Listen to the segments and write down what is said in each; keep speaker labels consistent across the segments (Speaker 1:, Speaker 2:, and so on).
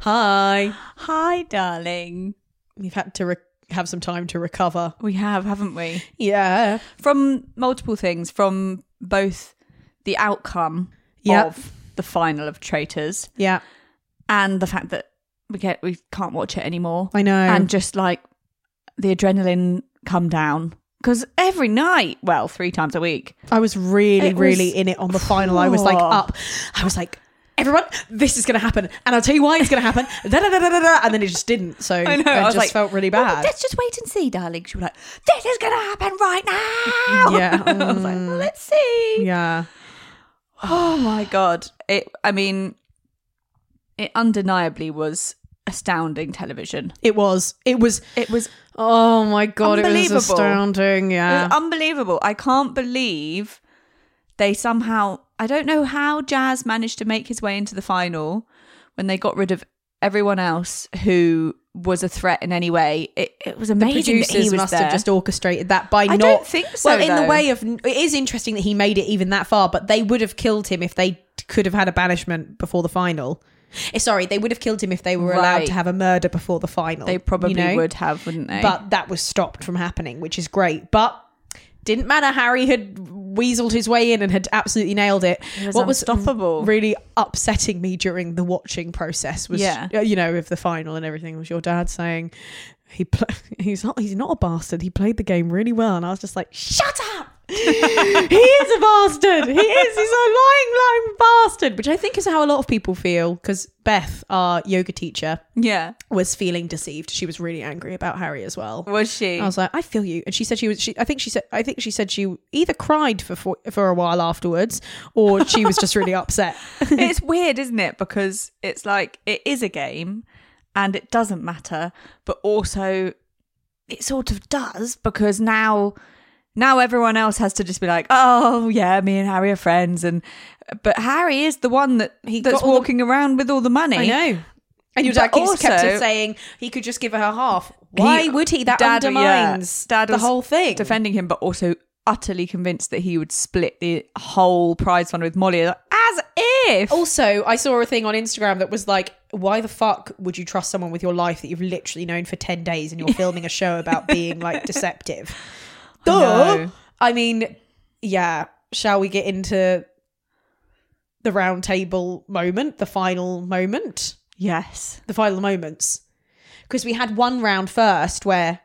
Speaker 1: Hi.
Speaker 2: Hi, darling.
Speaker 1: We've had to re- have some time to recover.
Speaker 2: We have, haven't we?
Speaker 1: Yeah.
Speaker 2: From multiple things, from both the outcome
Speaker 1: Yep.
Speaker 2: of the final of Traitors
Speaker 1: Yeah.
Speaker 2: and the fact that we get we can't watch it anymore,
Speaker 1: I know.
Speaker 2: and just like the adrenaline come down because every night, well, three times a week,
Speaker 1: I was really,
Speaker 2: It was-
Speaker 1: really in it on the final. I was like
Speaker 2: Oh.
Speaker 1: up. I was like, everyone, this is going to happen. And I'll tell you why it's going to happen. Da, da, da, da, da, da. And then it just didn't. So I,
Speaker 2: know, I was
Speaker 1: just
Speaker 2: like,
Speaker 1: felt really
Speaker 2: Well,
Speaker 1: bad.
Speaker 2: let's just wait and see, darling. She was like, "This is gonna happen right now."
Speaker 1: Yeah.
Speaker 2: I was like, well, "Let's see."
Speaker 1: yeah.
Speaker 2: Oh my god! It. I mean, it undeniably was astounding television.
Speaker 1: It was. It was.
Speaker 2: It was,
Speaker 1: Oh my God. It was
Speaker 2: Unbelievable.
Speaker 1: astounding.
Speaker 2: it was
Speaker 1: Yeah.
Speaker 2: unbelievable. I can't believe they somehow. I don't know how Jazz managed to make his way into the final when they got rid of everyone else who was a threat in any way. It, it was amazing.
Speaker 1: Producers
Speaker 2: that he was
Speaker 1: must
Speaker 2: there.
Speaker 1: have just orchestrated that by
Speaker 2: I
Speaker 1: not.
Speaker 2: don't think so.
Speaker 1: well, in the
Speaker 2: though.
Speaker 1: way of. It is interesting that he made it even that far, but they would have killed him if they could have had a banishment before the final. Eh, Sorry, they would have killed him if they were allowed
Speaker 2: Right.
Speaker 1: to have a murder before the final.
Speaker 2: They
Speaker 1: you
Speaker 2: probably
Speaker 1: know?
Speaker 2: would have, wouldn't they?
Speaker 1: but that was stopped from happening, which is great. But didn't matter. Harry had weaseled his way in and had absolutely nailed it.
Speaker 2: It was
Speaker 1: what was
Speaker 2: unstoppable.
Speaker 1: really upsetting me during the watching process was,
Speaker 2: Yeah.
Speaker 1: uh, you know, with the final and everything, was your dad saying he pl- he's not he's not a bastard. He played the game really well, and I was just like, shut up. he is a bastard. He is. He's a lying, lying bastard, which I think is how a lot of people feel. Because Beth, our yoga teacher,
Speaker 2: yeah,
Speaker 1: was feeling deceived. She was really angry about Harry as well.
Speaker 2: was she?
Speaker 1: I was like, I feel you. And she said she was. She, I think she said. I think she said she either cried for for, for a while afterwards, or she was just really upset.
Speaker 2: it's weird, isn't it? Because it's like it is a game, and it doesn't matter, but also it sort of does because now, now everyone else has to just be like, oh yeah, me and Harry are friends, and but Harry is the one that he that's
Speaker 1: got all the-
Speaker 2: walking around with all the money.
Speaker 1: know. And your dad
Speaker 2: But
Speaker 1: keeps kept
Speaker 2: also-
Speaker 1: on saying he could just give her half. Why would he? That
Speaker 2: Dad- yeah,
Speaker 1: undermines
Speaker 2: Dad
Speaker 1: the
Speaker 2: was
Speaker 1: whole thing.
Speaker 2: defending him, but also utterly convinced that he would split the whole prize fund with Molly. Like, As if.
Speaker 1: also, I saw a thing on Instagram that was like, "Why the fuck would you trust someone with your life that you've literally known for ten days and you're filming a show about being like deceptive?" Duh.
Speaker 2: know.
Speaker 1: I mean, yeah. Shall we get into the round table moment, the final moment,
Speaker 2: Yes.
Speaker 1: the final moments? Because we had one round first where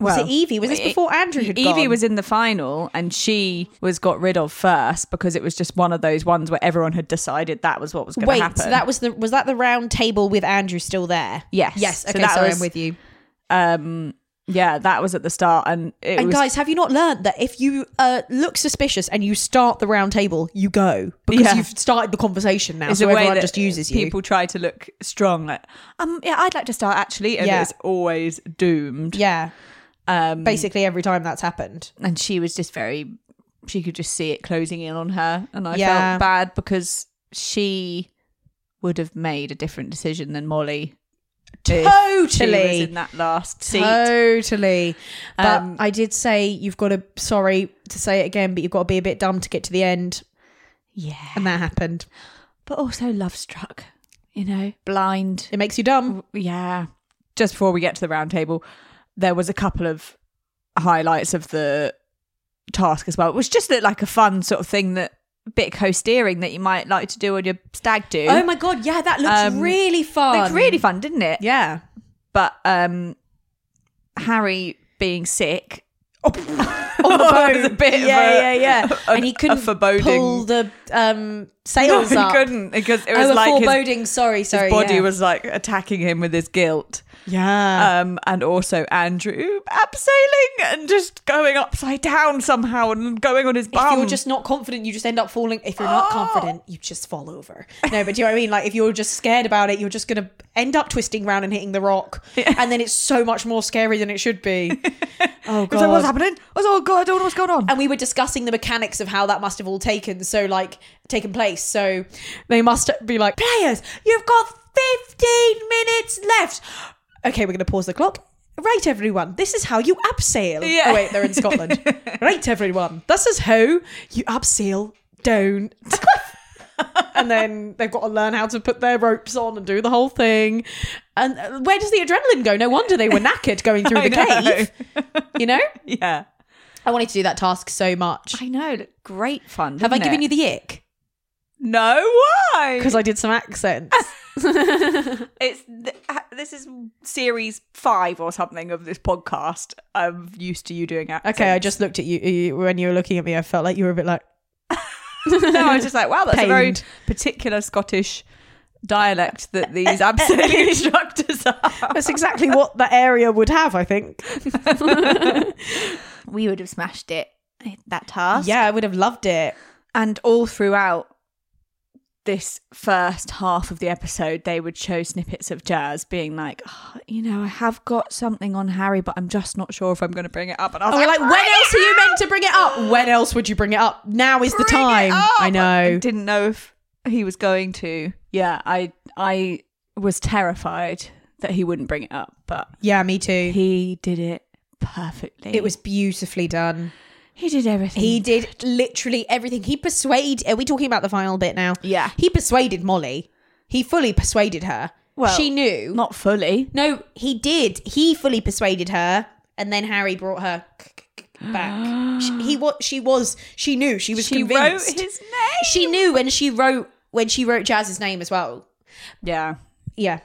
Speaker 1: was
Speaker 2: Well,
Speaker 1: it Evie? Was this
Speaker 2: it-
Speaker 1: before Andrew had
Speaker 2: Evie
Speaker 1: gone?
Speaker 2: was in the final and she was got rid of first because it was just one of those ones where everyone had decided that was what was going to
Speaker 1: Wait,
Speaker 2: happen.
Speaker 1: so that was the was that the round table with Andrew still there?
Speaker 2: Yes.
Speaker 1: Yes.
Speaker 2: So
Speaker 1: Okay,
Speaker 2: that
Speaker 1: sorry,
Speaker 2: was-
Speaker 1: I'm with you.
Speaker 2: um, yeah, that was at the start and it
Speaker 1: And
Speaker 2: was
Speaker 1: guys, have you not learned that if you uh, look suspicious and you start the round table, you go because
Speaker 2: Yeah.
Speaker 1: you've started the conversation now,
Speaker 2: it's
Speaker 1: so
Speaker 2: a way
Speaker 1: everyone
Speaker 2: that
Speaker 1: just uses you.
Speaker 2: People try to look strong. Like, um, yeah, I'd like to start actually, and
Speaker 1: Yeah.
Speaker 2: it's always doomed.
Speaker 1: Yeah,
Speaker 2: Um,
Speaker 1: basically every time that's happened.
Speaker 2: and she was just very she could just see it closing in on her and i
Speaker 1: Yeah.
Speaker 2: felt bad because she would have made a different decision than molly if she was in
Speaker 1: Totally.
Speaker 2: that last seat
Speaker 1: Totally. But
Speaker 2: Um,
Speaker 1: I did say you've got to, sorry to say it again, but you've got to be a bit dumb to get to the end.
Speaker 2: yeah
Speaker 1: And that happened.
Speaker 2: but also love struck you know blind
Speaker 1: It makes you dumb.
Speaker 2: yeah just before we get to the round table there was a couple of highlights of the task as well which just looked like a fun sort of thing that bit co-steering that you might like to do on your stag do
Speaker 1: Oh my God. Yeah, that looks
Speaker 2: Um,
Speaker 1: really fun.
Speaker 2: Looked really fun, didn't it?
Speaker 1: Yeah.
Speaker 2: But um, Harry being sick
Speaker 1: On the
Speaker 2: It Oh, was
Speaker 1: boat.
Speaker 2: a bit of
Speaker 1: yeah,
Speaker 2: a-
Speaker 1: yeah, yeah.
Speaker 2: a-
Speaker 1: and he
Speaker 2: a
Speaker 1: couldn't
Speaker 2: foreboding.
Speaker 1: pull the um, sails
Speaker 2: he
Speaker 1: up.
Speaker 2: couldn't because it
Speaker 1: Oh,
Speaker 2: was
Speaker 1: a
Speaker 2: like his,
Speaker 1: foreboding. sorry,
Speaker 2: his
Speaker 1: sorry.
Speaker 2: body
Speaker 1: yeah.
Speaker 2: was like attacking him with his guilt.
Speaker 1: Yeah.
Speaker 2: Um, and also Andrew abseiling and just going upside down somehow and going on his
Speaker 1: if
Speaker 2: bum.
Speaker 1: you're just not confident, you just end up falling. If you're not confident, you just fall over. No, but do you know what I mean? Like if you're just scared about it, you're just gonna end up twisting round and hitting the rock, and then it's so much more scary than it should be. oh
Speaker 2: It was like, what's
Speaker 1: god.
Speaker 2: happening? I was like, oh god, I don't know what's going on.
Speaker 1: And we were discussing the mechanics of how that must have all taken so like taken place. So they must be like, players, you've got 15 minutes left. Okay, we're gonna pause the clock. Right, everyone. This is how you abseil.
Speaker 2: Yeah.
Speaker 1: Oh wait, they're in Scotland. right, everyone. This is how you abseil down and then they've got to learn how to put their ropes on and do the whole thing. And uh, where does the adrenaline go? No wonder they were knackered going through
Speaker 2: I
Speaker 1: the
Speaker 2: know.
Speaker 1: cave. You know,
Speaker 2: yeah.
Speaker 1: I wanted to do that task so much.
Speaker 2: I know. look, Great fun.
Speaker 1: Have I given you the ick?
Speaker 2: No, why?
Speaker 1: Because I did some accents.
Speaker 2: it's th- ha- this is series five or something of this podcast. I'm used to you doing accents.
Speaker 1: Okay, I just looked at you- you when you were looking at me. I felt like you were a bit like.
Speaker 2: no, I was just like, wow, that's a very
Speaker 1: Pained.
Speaker 2: particular Scottish dialect that these absolute instructors are.
Speaker 1: That's exactly what that area would have, I think.
Speaker 2: We would have smashed it eh, that task.
Speaker 1: Yeah, I would have loved it.
Speaker 2: and all throughout this first half of the episode they would show snippets of jazz being like "Oh, you know i have got something on harry but i'm just not sure if i'm going to bring it up and i was
Speaker 1: And we're
Speaker 2: like,
Speaker 1: like, when else are you meant to bring it up? When else would you bring it up? Now is the
Speaker 2: "Bring it
Speaker 1: time.
Speaker 2: up!"
Speaker 1: I know.
Speaker 2: didn't know if he was going to yeah i i was terrified that he wouldn't bring it up but
Speaker 1: Yeah, me too.
Speaker 2: he did it perfectly
Speaker 1: It was beautifully done.
Speaker 2: he did everything
Speaker 1: He did literally everything. He persuaded. Are we talking about the final bit now?
Speaker 2: Yeah.
Speaker 1: He persuaded Molly. He fully persuaded her.
Speaker 2: Well,
Speaker 1: she knew.
Speaker 2: not fully
Speaker 1: No, he did. He fully persuaded her, and then Harry brought her back. She- he what? She was. She knew. She was
Speaker 2: she
Speaker 1: convinced.
Speaker 2: wrote his name
Speaker 1: she knew when she wrote when she wrote Jazz's name as well.
Speaker 2: yeah
Speaker 1: Yeah.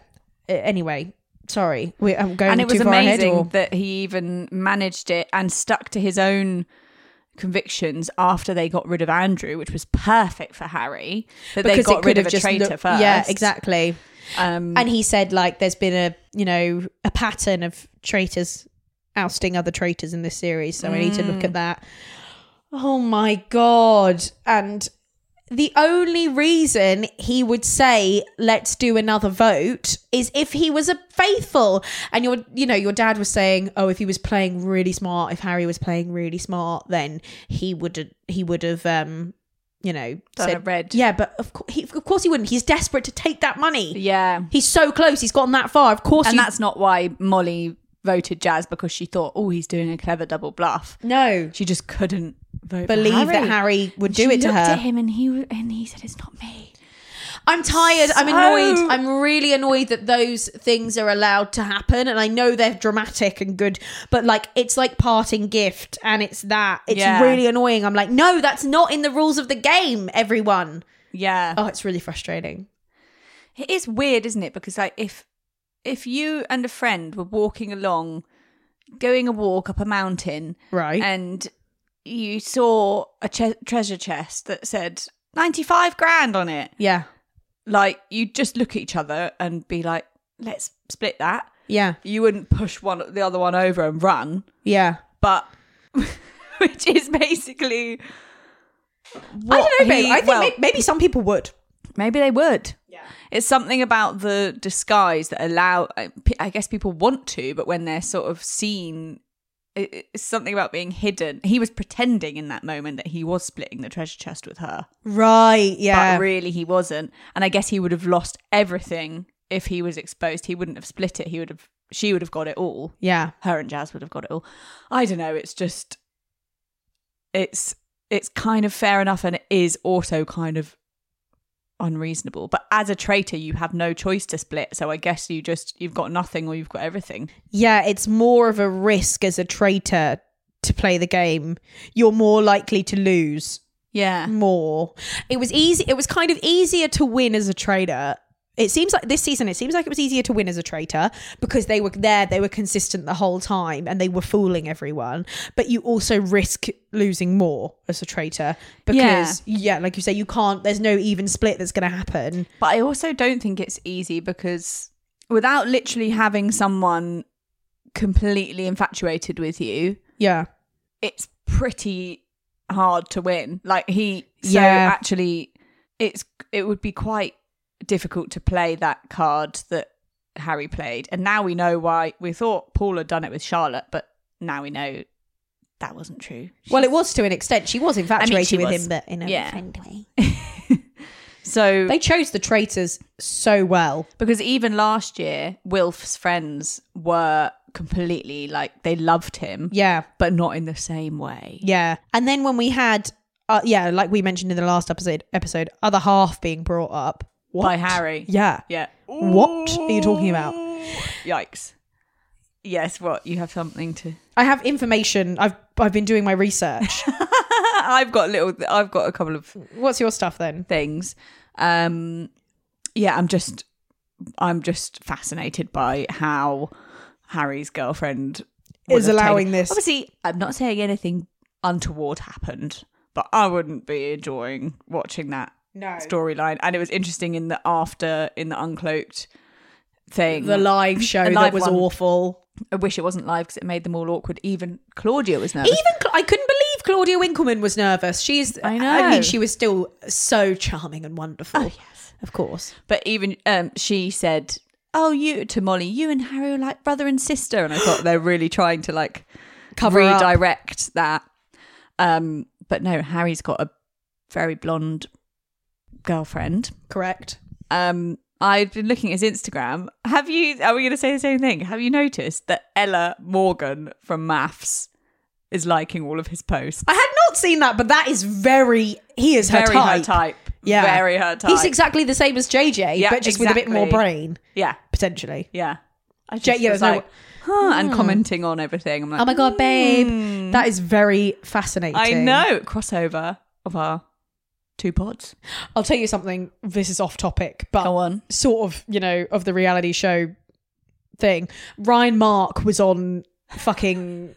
Speaker 1: Uh, anyway, sorry, we, I'm going
Speaker 2: and it was
Speaker 1: too far ahead.
Speaker 2: amazing
Speaker 1: Or,
Speaker 2: that he even managed it and stuck to his own convictions after they got rid of Andrew, which was perfect for Harry. That they got rid of a traitor
Speaker 1: looked-
Speaker 2: first.
Speaker 1: Yeah, exactly.
Speaker 2: Um,
Speaker 1: And he said like, there's been a you know a pattern of traitors ousting other traitors in this series, so we need to
Speaker 2: Mm.
Speaker 1: look at that. Oh my god! And the only reason he would say let's do another vote is if he was a faithful and your you know your dad was saying oh if he was playing really smart if harry was playing really smart then he would he would have um you know
Speaker 2: Done a red.
Speaker 1: yeah but of, cour he, of course he wouldn't he's desperate to take that money
Speaker 2: yeah,
Speaker 1: He's so close. He's gotten that far. Of course,
Speaker 2: and
Speaker 1: you-
Speaker 2: that's not why Molly voted Jazz because she thought, oh, he's doing a clever double bluff.
Speaker 1: no.
Speaker 2: She just couldn't vote. for
Speaker 1: Believe that
Speaker 2: Harry.
Speaker 1: Harry would
Speaker 2: She
Speaker 1: do it to
Speaker 2: looked
Speaker 1: her.
Speaker 2: at him and he w- and he said, "It's not me."
Speaker 1: I'm tired. I'm
Speaker 2: So-
Speaker 1: annoyed. I'm really annoyed that those things are allowed to happen. And I know they're dramatic and good, but like it's like parting gift, and it's that. It's
Speaker 2: Yeah.
Speaker 1: really annoying. I'm like, no, that's not in the rules of the game. Everyone.
Speaker 2: Yeah,
Speaker 1: Oh, it's really frustrating.
Speaker 2: It is weird, isn't it? Because like if if you and a friend were walking along, going a walk up a mountain,
Speaker 1: Right.
Speaker 2: and you saw a che- treasure chest that said ninety five grand on it,
Speaker 1: yeah.
Speaker 2: like you'd just look at each other and be like, "Let's split that."
Speaker 1: Yeah.
Speaker 2: You wouldn't push one the other one over and run,
Speaker 1: Yeah.
Speaker 2: but which is basically.
Speaker 1: I don't know, babe.
Speaker 2: he-
Speaker 1: I think
Speaker 2: well,
Speaker 1: may- maybe some people would.
Speaker 2: Maybe they would.
Speaker 1: Yeah.
Speaker 2: It's something about the disguise that allow. I p- I guess people want to, but when they're sort of seen, i- it's something about being hidden. He was pretending in that moment that he was splitting the treasure chest with her,
Speaker 1: Right.
Speaker 2: but really he wasn't. And I guess he would have lost everything if he was exposed. He wouldn't have split it. He would have. She would have got it all.
Speaker 1: yeah.
Speaker 2: Her and Jazz would have got it all. I don't know. It's just. It's it's kind of fair enough, and it is also kind of unreasonable. But as a traitor, you have no choice to split. So I guess you just you've got nothing or you've got everything.
Speaker 1: yeah, it's more of a risk as a traitor to play the game. You're more likely to lose
Speaker 2: Yeah,
Speaker 1: more. It was easy it was kind of easier to win as a traitor. It seems like this season it seems like it was easier to win as a traitor because they were there, they were consistent the whole time and they were fooling everyone. But you also risk losing more as a traitor because yeah, like you say you can't there's no even split that's going to happen.
Speaker 2: but I also don't think it's easy because without literally having someone completely infatuated with you,
Speaker 1: Yeah.
Speaker 2: it's pretty hard to win. Like he, so
Speaker 1: Yeah.
Speaker 2: actually, it's it would be quite difficult to play that card that Harry played. And now we know why we thought Paul had done it with Charlotte, but now we know that wasn't true.
Speaker 1: Well, it was to an extent. She was infatuated
Speaker 2: she
Speaker 1: with
Speaker 2: was.
Speaker 1: him, but in a
Speaker 2: Yeah.
Speaker 1: friend way.
Speaker 2: So
Speaker 1: They chose the traitors so well.
Speaker 2: because even last year, Wilf's friends were completely like they loved him,
Speaker 1: Yeah,
Speaker 2: but not in the same way.
Speaker 1: yeah. And then when we had uh, yeah, like we mentioned in the last episode, episode, other half being brought up what?
Speaker 2: by Harry.
Speaker 1: Yeah,
Speaker 2: Yeah.
Speaker 1: What are you talking about?
Speaker 2: Yikes. Yes, what? You have something to
Speaker 1: I have information. I've I've been doing my research.
Speaker 2: I've got little I've got a couple of
Speaker 1: What's your stuff then?
Speaker 2: things. Um yeah, I'm just I'm just fascinated by how Harry's girlfriend would
Speaker 1: Is
Speaker 2: have
Speaker 1: allowing
Speaker 2: taken-
Speaker 1: this-
Speaker 2: Obviously, I'm not saying anything untoward happened, but I wouldn't be enjoying watching that
Speaker 1: No,
Speaker 2: storyline. And it was interesting in the after in the uncloaked thing.
Speaker 1: the live show
Speaker 2: The
Speaker 1: that
Speaker 2: live
Speaker 1: was
Speaker 2: one.
Speaker 1: awful.
Speaker 2: I wish it wasn't live because it made them all awkward. Even Claudia was nervous.
Speaker 1: Even Cla- I couldn't believe Claudia Winkleman was nervous. She's
Speaker 2: I
Speaker 1: I
Speaker 2: know.
Speaker 1: mean, she was still so charming and wonderful.
Speaker 2: Oh, yes.
Speaker 1: Of course.
Speaker 2: But even um, she said, "Oh, you to Molly, you and Harry are like brother and sister." And I thought they're really trying to like
Speaker 1: Cover up.
Speaker 2: redirect that. Um, but no, Harry's got a very blonde girlfriend.
Speaker 1: Correct.
Speaker 2: Um, I've been looking at his Instagram. Have you? Are we going to say the same thing? Have you noticed that Ella Morgan from Maths is liking all of his posts?
Speaker 1: I had not seen that, but that is very he is her
Speaker 2: very
Speaker 1: type.
Speaker 2: her type.
Speaker 1: Yeah.
Speaker 2: very her type.
Speaker 1: He's exactly the same as JJ,
Speaker 2: Yeah,
Speaker 1: but just with a bit more
Speaker 2: exactly.
Speaker 1: brain
Speaker 2: yeah.
Speaker 1: potentially.
Speaker 2: Yeah. I
Speaker 1: Ja-
Speaker 2: just
Speaker 1: yeah,
Speaker 2: was
Speaker 1: there's no- hmm.
Speaker 2: like, huh, and commenting on everything. I'm like,
Speaker 1: Oh my god, babe,
Speaker 2: "Hmm."
Speaker 1: that is very fascinating.
Speaker 2: I know. Crossover of our two pods.
Speaker 1: I'll tell you something. This is off topic, but
Speaker 2: on.
Speaker 1: sort of, you know, of the reality show thing. Ryan Mark was on fucking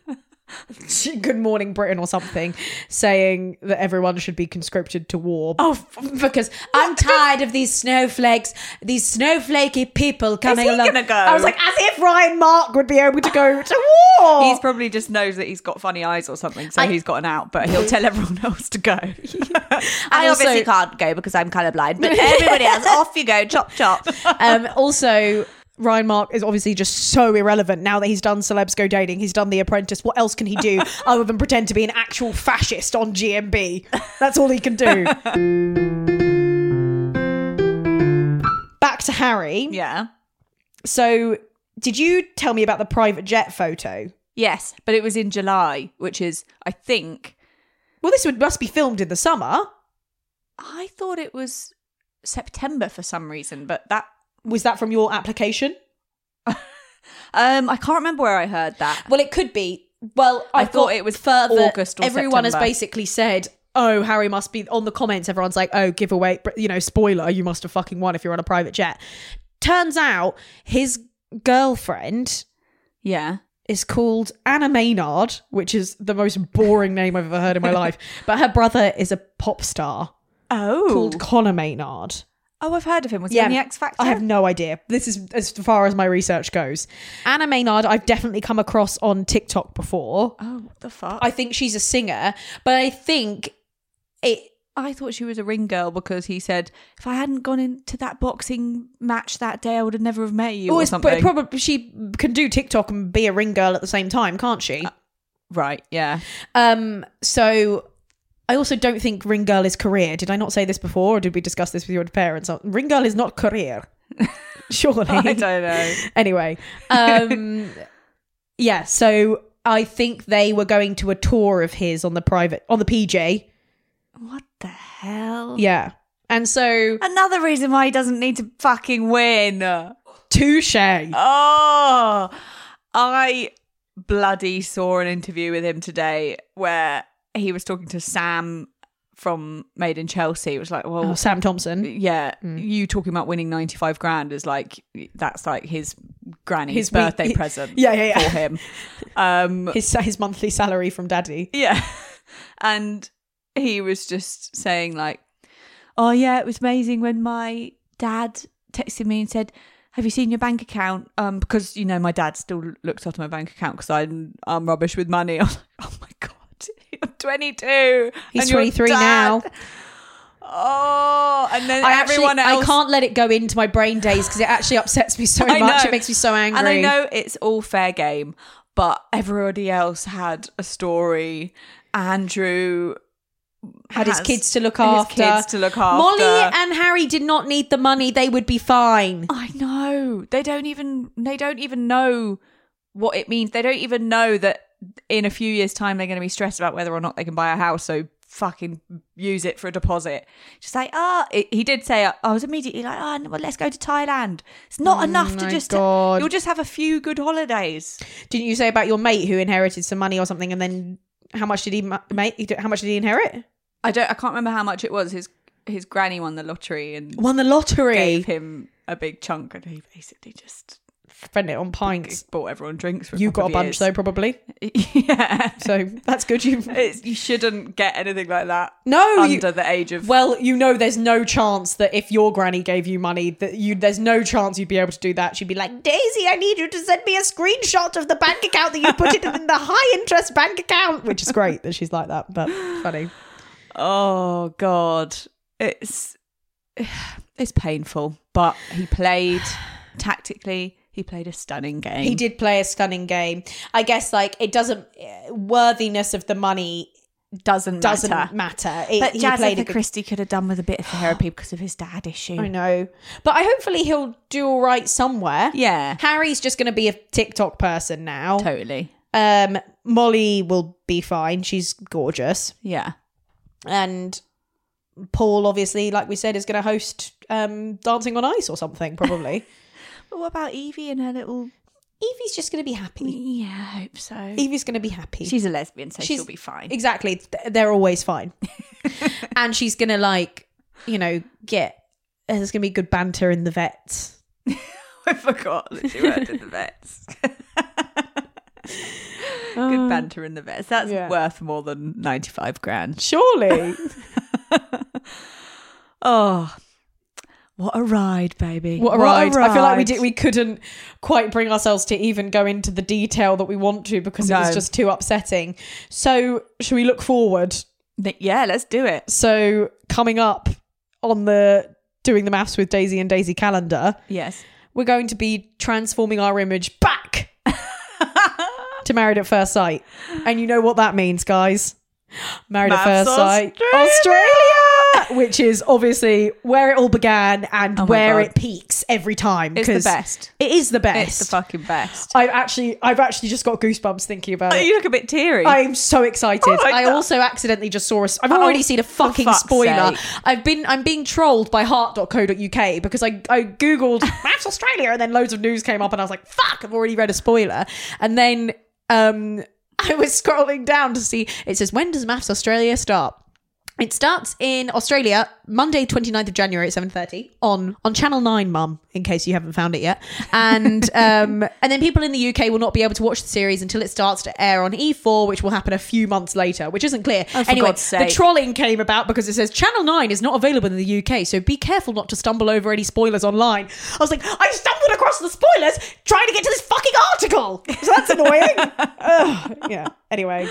Speaker 1: Good Morning Britain or something, saying that everyone should be conscripted to war.
Speaker 2: Oh, f-
Speaker 1: Because I'm tired of these snowflakes, these snowflakey people coming
Speaker 2: he
Speaker 1: along.
Speaker 2: gonna go?
Speaker 1: I was like, as if Ryan Mark would be able to go to war.
Speaker 2: he's probably just knows that he's got funny eyes or something, so
Speaker 1: I-
Speaker 2: he's got an out, but he'll tell everyone else to go.
Speaker 1: I also- obviously
Speaker 2: can't go because I'm colourblind, but everybody else, off you go, chop chop.
Speaker 1: um, also, Ryan Mark is obviously just so irrelevant now that he's done Celebs Go Dating, he's done The Apprentice. What else can he do other than pretend to be an actual fascist on GMB? That's all he can do. Back to Harry.
Speaker 2: Yeah.
Speaker 1: So, did you tell me about the private jet photo?
Speaker 2: Yes, but it was in July, which is, I think,
Speaker 1: Well, this would must be filmed in the summer.
Speaker 2: I thought it was September for some reason, but that
Speaker 1: Was that from your application?
Speaker 2: Um, I can't remember where I heard that.
Speaker 1: Well, it could be. Well,
Speaker 2: I
Speaker 1: I've
Speaker 2: thought
Speaker 1: got
Speaker 2: it was
Speaker 1: further.
Speaker 2: August or
Speaker 1: everyone
Speaker 2: September.
Speaker 1: has basically said, "Oh, Harry must be." On the comments, everyone's like, "Oh, giveaway!" br- You know, spoiler. You must have fucking won if you're on a private jet. Turns out his girlfriend
Speaker 2: Yeah.
Speaker 1: is called Anna Maynard, which is the most boring name I've ever heard in my life. But her brother is a pop star
Speaker 2: Oh.
Speaker 1: called Connor Maynard.
Speaker 2: oh, I've heard of him. Was
Speaker 1: Yeah,
Speaker 2: he in the X Factor?
Speaker 1: I have no idea. This is as far as my research goes. Anna Maynard, I've definitely come across on TikTok before.
Speaker 2: Oh, what the fuck!
Speaker 1: I think she's a singer, but I think it.
Speaker 2: I thought she was a ring girl because he said if I hadn't gone into that boxing match that day, I would have never have met you
Speaker 1: Oh,
Speaker 2: or
Speaker 1: it's,
Speaker 2: something.
Speaker 1: but probably she can do TikTok and be a ring girl at the same time, can't she?
Speaker 2: right? Yeah.
Speaker 1: Um. So I also don't think ring girl is career. Did I not say this before, or did we discuss this with your parents? Ring girl is not career. Surely.
Speaker 2: I don't know.
Speaker 1: anyway, um, yeah. So I think they were going to a tour of his on the private on the PJ.
Speaker 2: What the hell?
Speaker 1: Yeah. And so,
Speaker 2: Another reason why he doesn't need to fucking win.
Speaker 1: touche.
Speaker 2: Oh, I bloody saw an interview with him today where he was talking to Sam from Made in Chelsea. It was like, well,
Speaker 1: Oh, mm. Sam Thompson,
Speaker 2: yeah, you talking about winning 95 grand is like, that's like his granny's
Speaker 1: His wee-
Speaker 2: birthday
Speaker 1: he-
Speaker 2: present
Speaker 1: yeah, yeah, yeah.
Speaker 2: for him. Um,
Speaker 1: his his monthly salary from daddy.
Speaker 2: yeah. And he was just saying, like, oh, yeah, it was amazing when my dad texted me and said, have you seen your bank account? Um, because, you know, my dad still looks after my bank account because I'm, I'm rubbish with money. I'm like, oh my God, you're 22.
Speaker 1: He's
Speaker 2: and your
Speaker 1: 23
Speaker 2: dad-
Speaker 1: now.
Speaker 2: Oh, and then
Speaker 1: I
Speaker 2: everyone
Speaker 1: actually,
Speaker 2: else.
Speaker 1: I can't let it go into my brain days because it actually upsets me so
Speaker 2: I
Speaker 1: much.
Speaker 2: know.
Speaker 1: It makes me so angry.
Speaker 2: And I know it's all fair game, but everybody else had a story. Andrew
Speaker 1: had his
Speaker 2: has
Speaker 1: kids to look
Speaker 2: his
Speaker 1: after.
Speaker 2: kids to look after.
Speaker 1: Molly and Harry did not need the money; they would be fine.
Speaker 2: I know they don't even they don't even know what it means. They don't even know that in a few years' time they're going to be stressed about whether or not they can buy a house. So fucking use it for a deposit. Just like, ah, oh, he did say, I was immediately like, oh, well, let's go to Thailand. It's not enough to
Speaker 1: my
Speaker 2: just,
Speaker 1: God.
Speaker 2: you'll just have a few good holidays.
Speaker 1: Didn't you say about your mate who inherited some money or something, and then how much did he mu- mate? he d- How much did he inherit?
Speaker 2: I don't, I can't remember how much it was. His, his granny won the lottery and
Speaker 1: Won the
Speaker 2: gave
Speaker 1: lottery.
Speaker 2: him a big chunk and he basically just
Speaker 1: Spent it on pints.
Speaker 2: bought everyone drinks. For
Speaker 1: You got a
Speaker 2: couple of
Speaker 1: bunch though, probably.
Speaker 2: years. yeah.
Speaker 1: So that's good. You
Speaker 2: It's, you shouldn't get anything like that
Speaker 1: no. you-
Speaker 2: under the age of
Speaker 1: well, you know, there's no chance that if your granny gave you money, that you there's no chance you'd be able to do that. She'd be like, Daisy, I need you to send me a screenshot of the bank account that you put it in the high interest bank account, which is great that she's like that, but funny.
Speaker 2: Oh God, it's it's painful. But he played tactically. He played a stunning game.
Speaker 1: He did play a stunning game. I guess like it doesn't eh, worthiness of the money
Speaker 2: doesn't
Speaker 1: doesn't
Speaker 2: matter.
Speaker 1: matter. It-
Speaker 2: But
Speaker 1: he
Speaker 2: Jazz
Speaker 1: played a
Speaker 2: the
Speaker 1: good-
Speaker 2: Christie could have done with a bit of therapy because of his dad issue.
Speaker 1: I know, but I hopefully he'll do all right somewhere.
Speaker 2: Yeah,
Speaker 1: Harry's just going to be a TikTok person now.
Speaker 2: totally.
Speaker 1: Um, Molly will be fine. She's gorgeous,
Speaker 2: Yeah,
Speaker 1: and Paul obviously, like we said, is going to host um, Dancing on Ice or something probably.
Speaker 2: but what about Evie and her little?
Speaker 1: Evie's just going to be happy.
Speaker 2: Yeah, I hope so.
Speaker 1: Evie's going to be happy.
Speaker 2: She's a lesbian, so
Speaker 1: She's-
Speaker 2: she'll be fine.
Speaker 1: Exactly. Th- They're always fine. and she's going to, like, you know, get. There's going to be good banter in the vets.
Speaker 2: I forgot that she worked at the vets. Good banter in the vets. That's
Speaker 1: Mm. yeah.
Speaker 2: worth more than ninety-five grand.
Speaker 1: Surely.
Speaker 2: Oh, what a ride, baby!
Speaker 1: What a, ride. I feel like we
Speaker 2: ride.
Speaker 1: did, we couldn't quite bring ourselves to even go into the detail that we want to because it
Speaker 2: No.
Speaker 1: was just too upsetting. So, should we look forward?
Speaker 2: Th- Yeah, let's do it.
Speaker 1: So, coming up on the doing the maths with Daisy and Daisy calendar,
Speaker 2: Yes.
Speaker 1: we're going to be transforming our image back to Married at First Sight. And you know what that means, guys. Married at
Speaker 2: Maths
Speaker 1: First Sight.
Speaker 2: Australia!
Speaker 1: Australia! Which is obviously where it all began and
Speaker 2: Oh my
Speaker 1: where
Speaker 2: God.
Speaker 1: it peaks every time.
Speaker 2: It's the
Speaker 1: 'cause
Speaker 2: best.
Speaker 1: It is the best.
Speaker 2: It's the fucking best. Oh,
Speaker 1: I've actually I've actually just got goosebumps thinking about it.
Speaker 2: you look a bit teary.
Speaker 1: I'm so excited.
Speaker 2: Oh my
Speaker 1: I
Speaker 2: God.
Speaker 1: also accidentally just saw a s- I've
Speaker 2: Oh,
Speaker 1: already seen a
Speaker 2: for
Speaker 1: fucking
Speaker 2: fuck's
Speaker 1: spoiler.
Speaker 2: sake.
Speaker 1: I've been I'm being trolled by heart.co.uk because I I googled Maps Australia and then loads of news came up and I was like, "Fuck, I've already read a spoiler." And then um I was scrolling down to see it says when does Maths Australia start? It starts in Australia Monday 29th of January at 7:30 on on Channel 9 mum in case you haven't found it yet. And um and then people in the UK will not be able to watch the series until it starts to air on E4 which will happen a few months later, which isn't clear.
Speaker 2: Oh, for
Speaker 1: anyway,
Speaker 2: God's sake.
Speaker 1: the trolling came about because it says Channel 9 is not available in the UK, so be careful not to stumble over any spoilers online. I was like, I stumbled across the spoilers trying to get to this fucking article. So that's annoying. Ugh. Yeah. Anyway,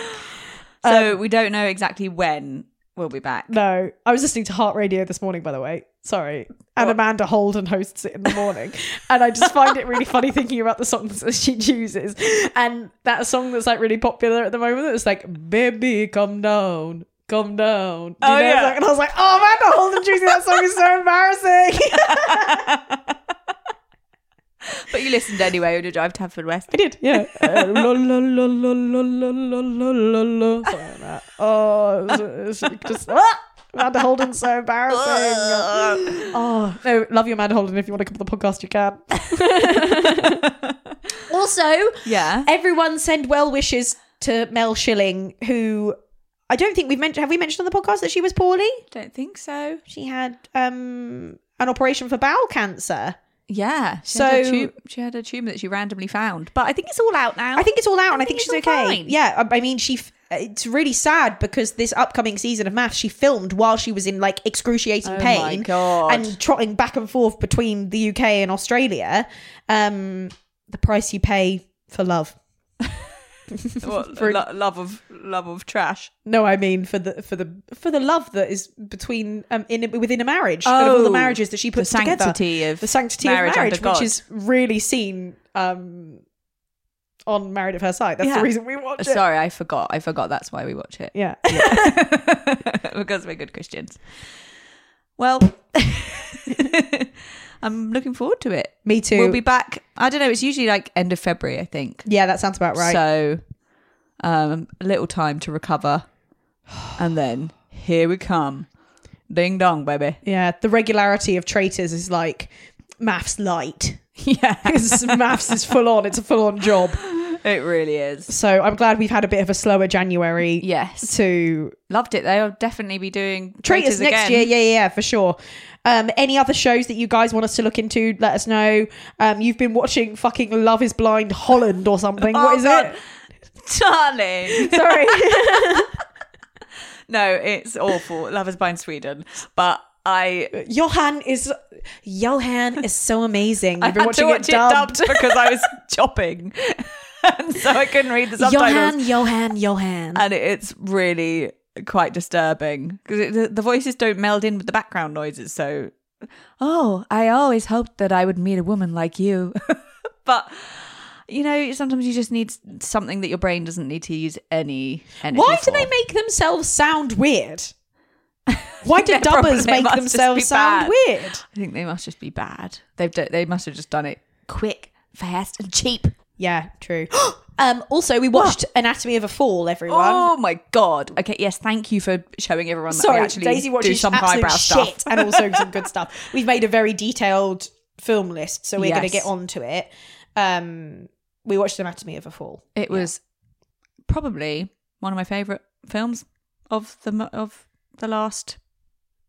Speaker 2: so
Speaker 1: um,
Speaker 2: we don't know exactly when we'll be back.
Speaker 1: No, I was listening to Heart Radio this morning, by the way. Sorry. And Amanda Holden hosts it in the morning. and I just find it really funny thinking about the songs that she chooses. And that song that's like really popular at the moment it's like, Baby, come down, come down. Do you
Speaker 2: Oh,
Speaker 1: know? It's
Speaker 2: yeah.
Speaker 1: like- and I was like, oh, Amanda Holden choosing that song is so embarrassing.
Speaker 2: But you listened anyway on your drive to Hanford West.
Speaker 1: I did, yeah. Uh, lo, lo, lo, lo, lo, lo, lo, lo, lo, lo. Something like that. Oh, it was- it was just. Ah! Amanda Holden's so embarrassing. oh, no, love you, Amanda Holden. If you want to come on the podcast, you can. also,
Speaker 2: Yeah.
Speaker 1: everyone send well wishes to Mel Schilling, who I don't think we've mentioned. Have we mentioned on the podcast that she was poorly?
Speaker 2: Don't think so.
Speaker 1: She had um, an operation for bowel cancer.
Speaker 2: Yeah. She
Speaker 1: So-
Speaker 2: had a tu- she had a tumor that she randomly found, but I think it's all out now.
Speaker 1: I think it's all out, and I
Speaker 2: think
Speaker 1: think she's
Speaker 2: it's all
Speaker 1: okay.
Speaker 2: fine.
Speaker 1: Yeah, I I mean, she. f- It's really sad because this upcoming season of Maths, she filmed while she was in like excruciating
Speaker 2: Oh
Speaker 1: pain
Speaker 2: my God.
Speaker 1: and trotting back and forth between the UK and Australia. Um, the price you pay for love.
Speaker 2: What,
Speaker 1: for-
Speaker 2: lo- love of love of trash.
Speaker 1: No, I mean for the for the for the love that is between um in within a marriage out of all the
Speaker 2: Oh,
Speaker 1: marriages that she
Speaker 2: The
Speaker 1: puts together.
Speaker 2: sanctity of
Speaker 1: the sanctity
Speaker 2: marriage
Speaker 1: of
Speaker 2: under
Speaker 1: marriage, which
Speaker 2: God.
Speaker 1: is really seen um on Married at First Sight. That's
Speaker 2: Yeah.
Speaker 1: the reason we watch it.
Speaker 2: Sorry, I forgot. I forgot that's why we watch it.
Speaker 1: Yeah.
Speaker 2: because we're good Christians. Well, I'm looking forward to it.
Speaker 1: Me too.
Speaker 2: We'll be back. I don't know. It's usually like end of February, I think.
Speaker 1: Yeah, that sounds about right.
Speaker 2: So, um, a little time to recover and then Here we come. Ding dong, baby.
Speaker 1: Yeah, the regularity of traitors is like maths light.
Speaker 2: Yeah,
Speaker 1: Because maths is full on. It's a full on job.
Speaker 2: it really is.
Speaker 1: So I'm glad we've had a bit of a slower January
Speaker 2: Yes.
Speaker 1: to
Speaker 2: Loved it though. I'll definitely be doing
Speaker 1: treat us
Speaker 2: traitors
Speaker 1: next
Speaker 2: again.
Speaker 1: year. Yeah, yeah, yeah, for sure. Um, any other shows that you guys want us to look into? Let us know. Um, you've been watching fucking Love Is Blind Holland or something.
Speaker 2: Oh,
Speaker 1: what is
Speaker 2: God.
Speaker 1: it?
Speaker 2: Darling.
Speaker 1: Sorry.
Speaker 2: No, it's awful. Love is Blind Sweden. But I
Speaker 1: Johan is Johan is so amazing.
Speaker 2: I
Speaker 1: You've been
Speaker 2: had to
Speaker 1: watching
Speaker 2: watch
Speaker 1: it dubbed.
Speaker 2: because I was chopping. and so I couldn't read the subtitles. Uh,
Speaker 1: Johan, Johan, Johan.
Speaker 2: and it's really quite disturbing because the, the voices don't meld in with the background noises. So, oh, I always hoped that I would meet a woman like you, but you know, sometimes you just need something that your brain doesn't need to use any energy.
Speaker 1: Why do
Speaker 2: for.
Speaker 1: they make themselves sound weird? Why do
Speaker 2: Yeah, probably
Speaker 1: dubbers
Speaker 2: it
Speaker 1: make
Speaker 2: must just be
Speaker 1: themselves sound
Speaker 2: bad.
Speaker 1: weird?
Speaker 2: I think they must just be bad. They've do- they must have just done it quick, fast, and cheap.
Speaker 1: Yeah, true. um, also, we watched Anatomy of a Fall, everyone. Um,
Speaker 2: Oh my god! Okay, yes, thank you for showing everyone that I
Speaker 1: Sorry,
Speaker 2: actually
Speaker 1: Daisy
Speaker 2: do
Speaker 1: watches
Speaker 2: some
Speaker 1: some
Speaker 2: highbrow
Speaker 1: absolute
Speaker 2: stuff.
Speaker 1: shit and also some good stuff. We've made a very detailed film list, so we're going to
Speaker 2: Yes.
Speaker 1: get onto it. Um, we watched Anatomy of a Fall.
Speaker 2: It was probably one of my favorite films of the mo- of the last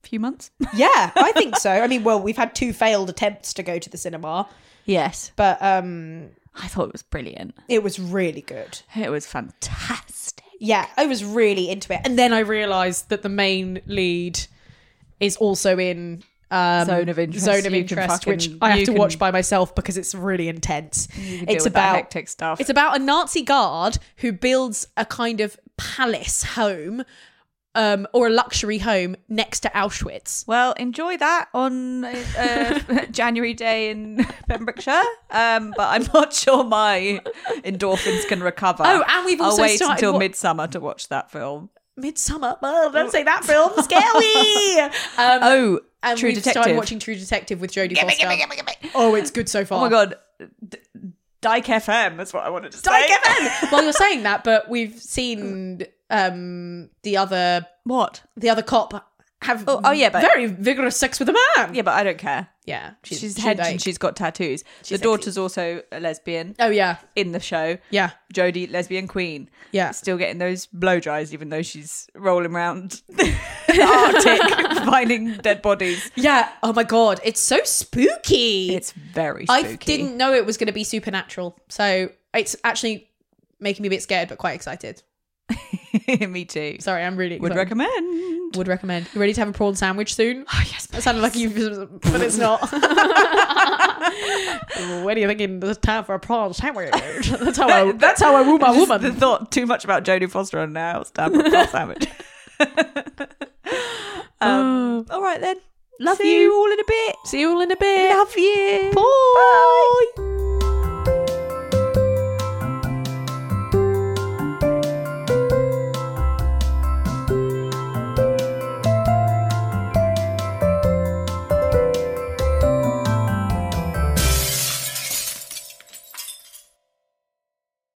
Speaker 2: few months.
Speaker 1: Yeah, I think so. I mean, well, we've had two failed attempts to go to the cinema,
Speaker 2: Yes,
Speaker 1: but um,
Speaker 2: I thought it was brilliant.
Speaker 1: it was really good.
Speaker 2: It was fantastic.
Speaker 1: Yeah, I was really into it, and then I realised that the main lead is also in um,
Speaker 2: Zone of Interest.
Speaker 1: Zone of
Speaker 2: You can
Speaker 1: Interest, which
Speaker 2: fucking-
Speaker 1: I have
Speaker 2: you
Speaker 1: to
Speaker 2: can-
Speaker 1: watch by myself because it's really intense. It's
Speaker 2: that
Speaker 1: about
Speaker 2: hectic stuff.
Speaker 1: It's about a Nazi guard who builds a kind of palace home um, or a luxury home next to Auschwitz.
Speaker 2: well, enjoy that on uh, January Day in Pembrokeshire. Um, but I'm not sure my endorphins can recover.
Speaker 1: Oh, and we've
Speaker 2: I'll
Speaker 1: also
Speaker 2: wait
Speaker 1: started
Speaker 2: until
Speaker 1: wa-
Speaker 2: midsummer to watch that film.
Speaker 1: Midsummer. Oh, don't say that film. Scary. Um,
Speaker 2: Oh,
Speaker 1: and
Speaker 2: True
Speaker 1: we've
Speaker 2: Detective.
Speaker 1: started watching True Detective with Jodie Foster.
Speaker 2: Oh
Speaker 1: Oh, it's good so far.
Speaker 2: my god, D- Dyke FM. That's what I wanted to say.
Speaker 1: Dyke FM. well, you're saying that, but we've seen um, the other
Speaker 2: What?
Speaker 1: the other cop have
Speaker 2: Oh- oh, yeah, but-
Speaker 1: very vigorous sex with a man.
Speaker 2: Yeah, but I don't care.
Speaker 1: yeah.
Speaker 2: She's,
Speaker 1: she's
Speaker 2: hedged
Speaker 1: like-
Speaker 2: and she's got tattoos.
Speaker 1: She's
Speaker 2: the daughter's also a lesbian
Speaker 1: oh yeah,
Speaker 2: in the show.
Speaker 1: yeah,
Speaker 2: Jodie, lesbian queen,
Speaker 1: yeah.
Speaker 2: still getting those blow dries, even though she's rolling around the Arctic finding dead bodies.
Speaker 1: Yeah. Oh my god, it's so spooky.
Speaker 2: It's very spooky.
Speaker 1: I didn't know it was going to be supernatural, so it's actually making me a bit scared, but quite excited.
Speaker 2: Me too.
Speaker 1: Sorry, I'm really
Speaker 2: Would
Speaker 1: excited.
Speaker 2: recommend.
Speaker 1: Would recommend. You ready to have a prawn sandwich soon?
Speaker 2: Oh yes,
Speaker 1: That sounded like you, but it's not. when are you thinking? It's time for a prawn sandwich. That's how I. That's how I woo my
Speaker 2: Just
Speaker 1: woman.
Speaker 2: The thought too much about Jodie Foster on now. It's time for a cross sandwich. um, all right then. Love
Speaker 1: See Oh. you
Speaker 2: you all in a bit.
Speaker 1: See you all in a bit.
Speaker 2: Love you.
Speaker 1: Bye.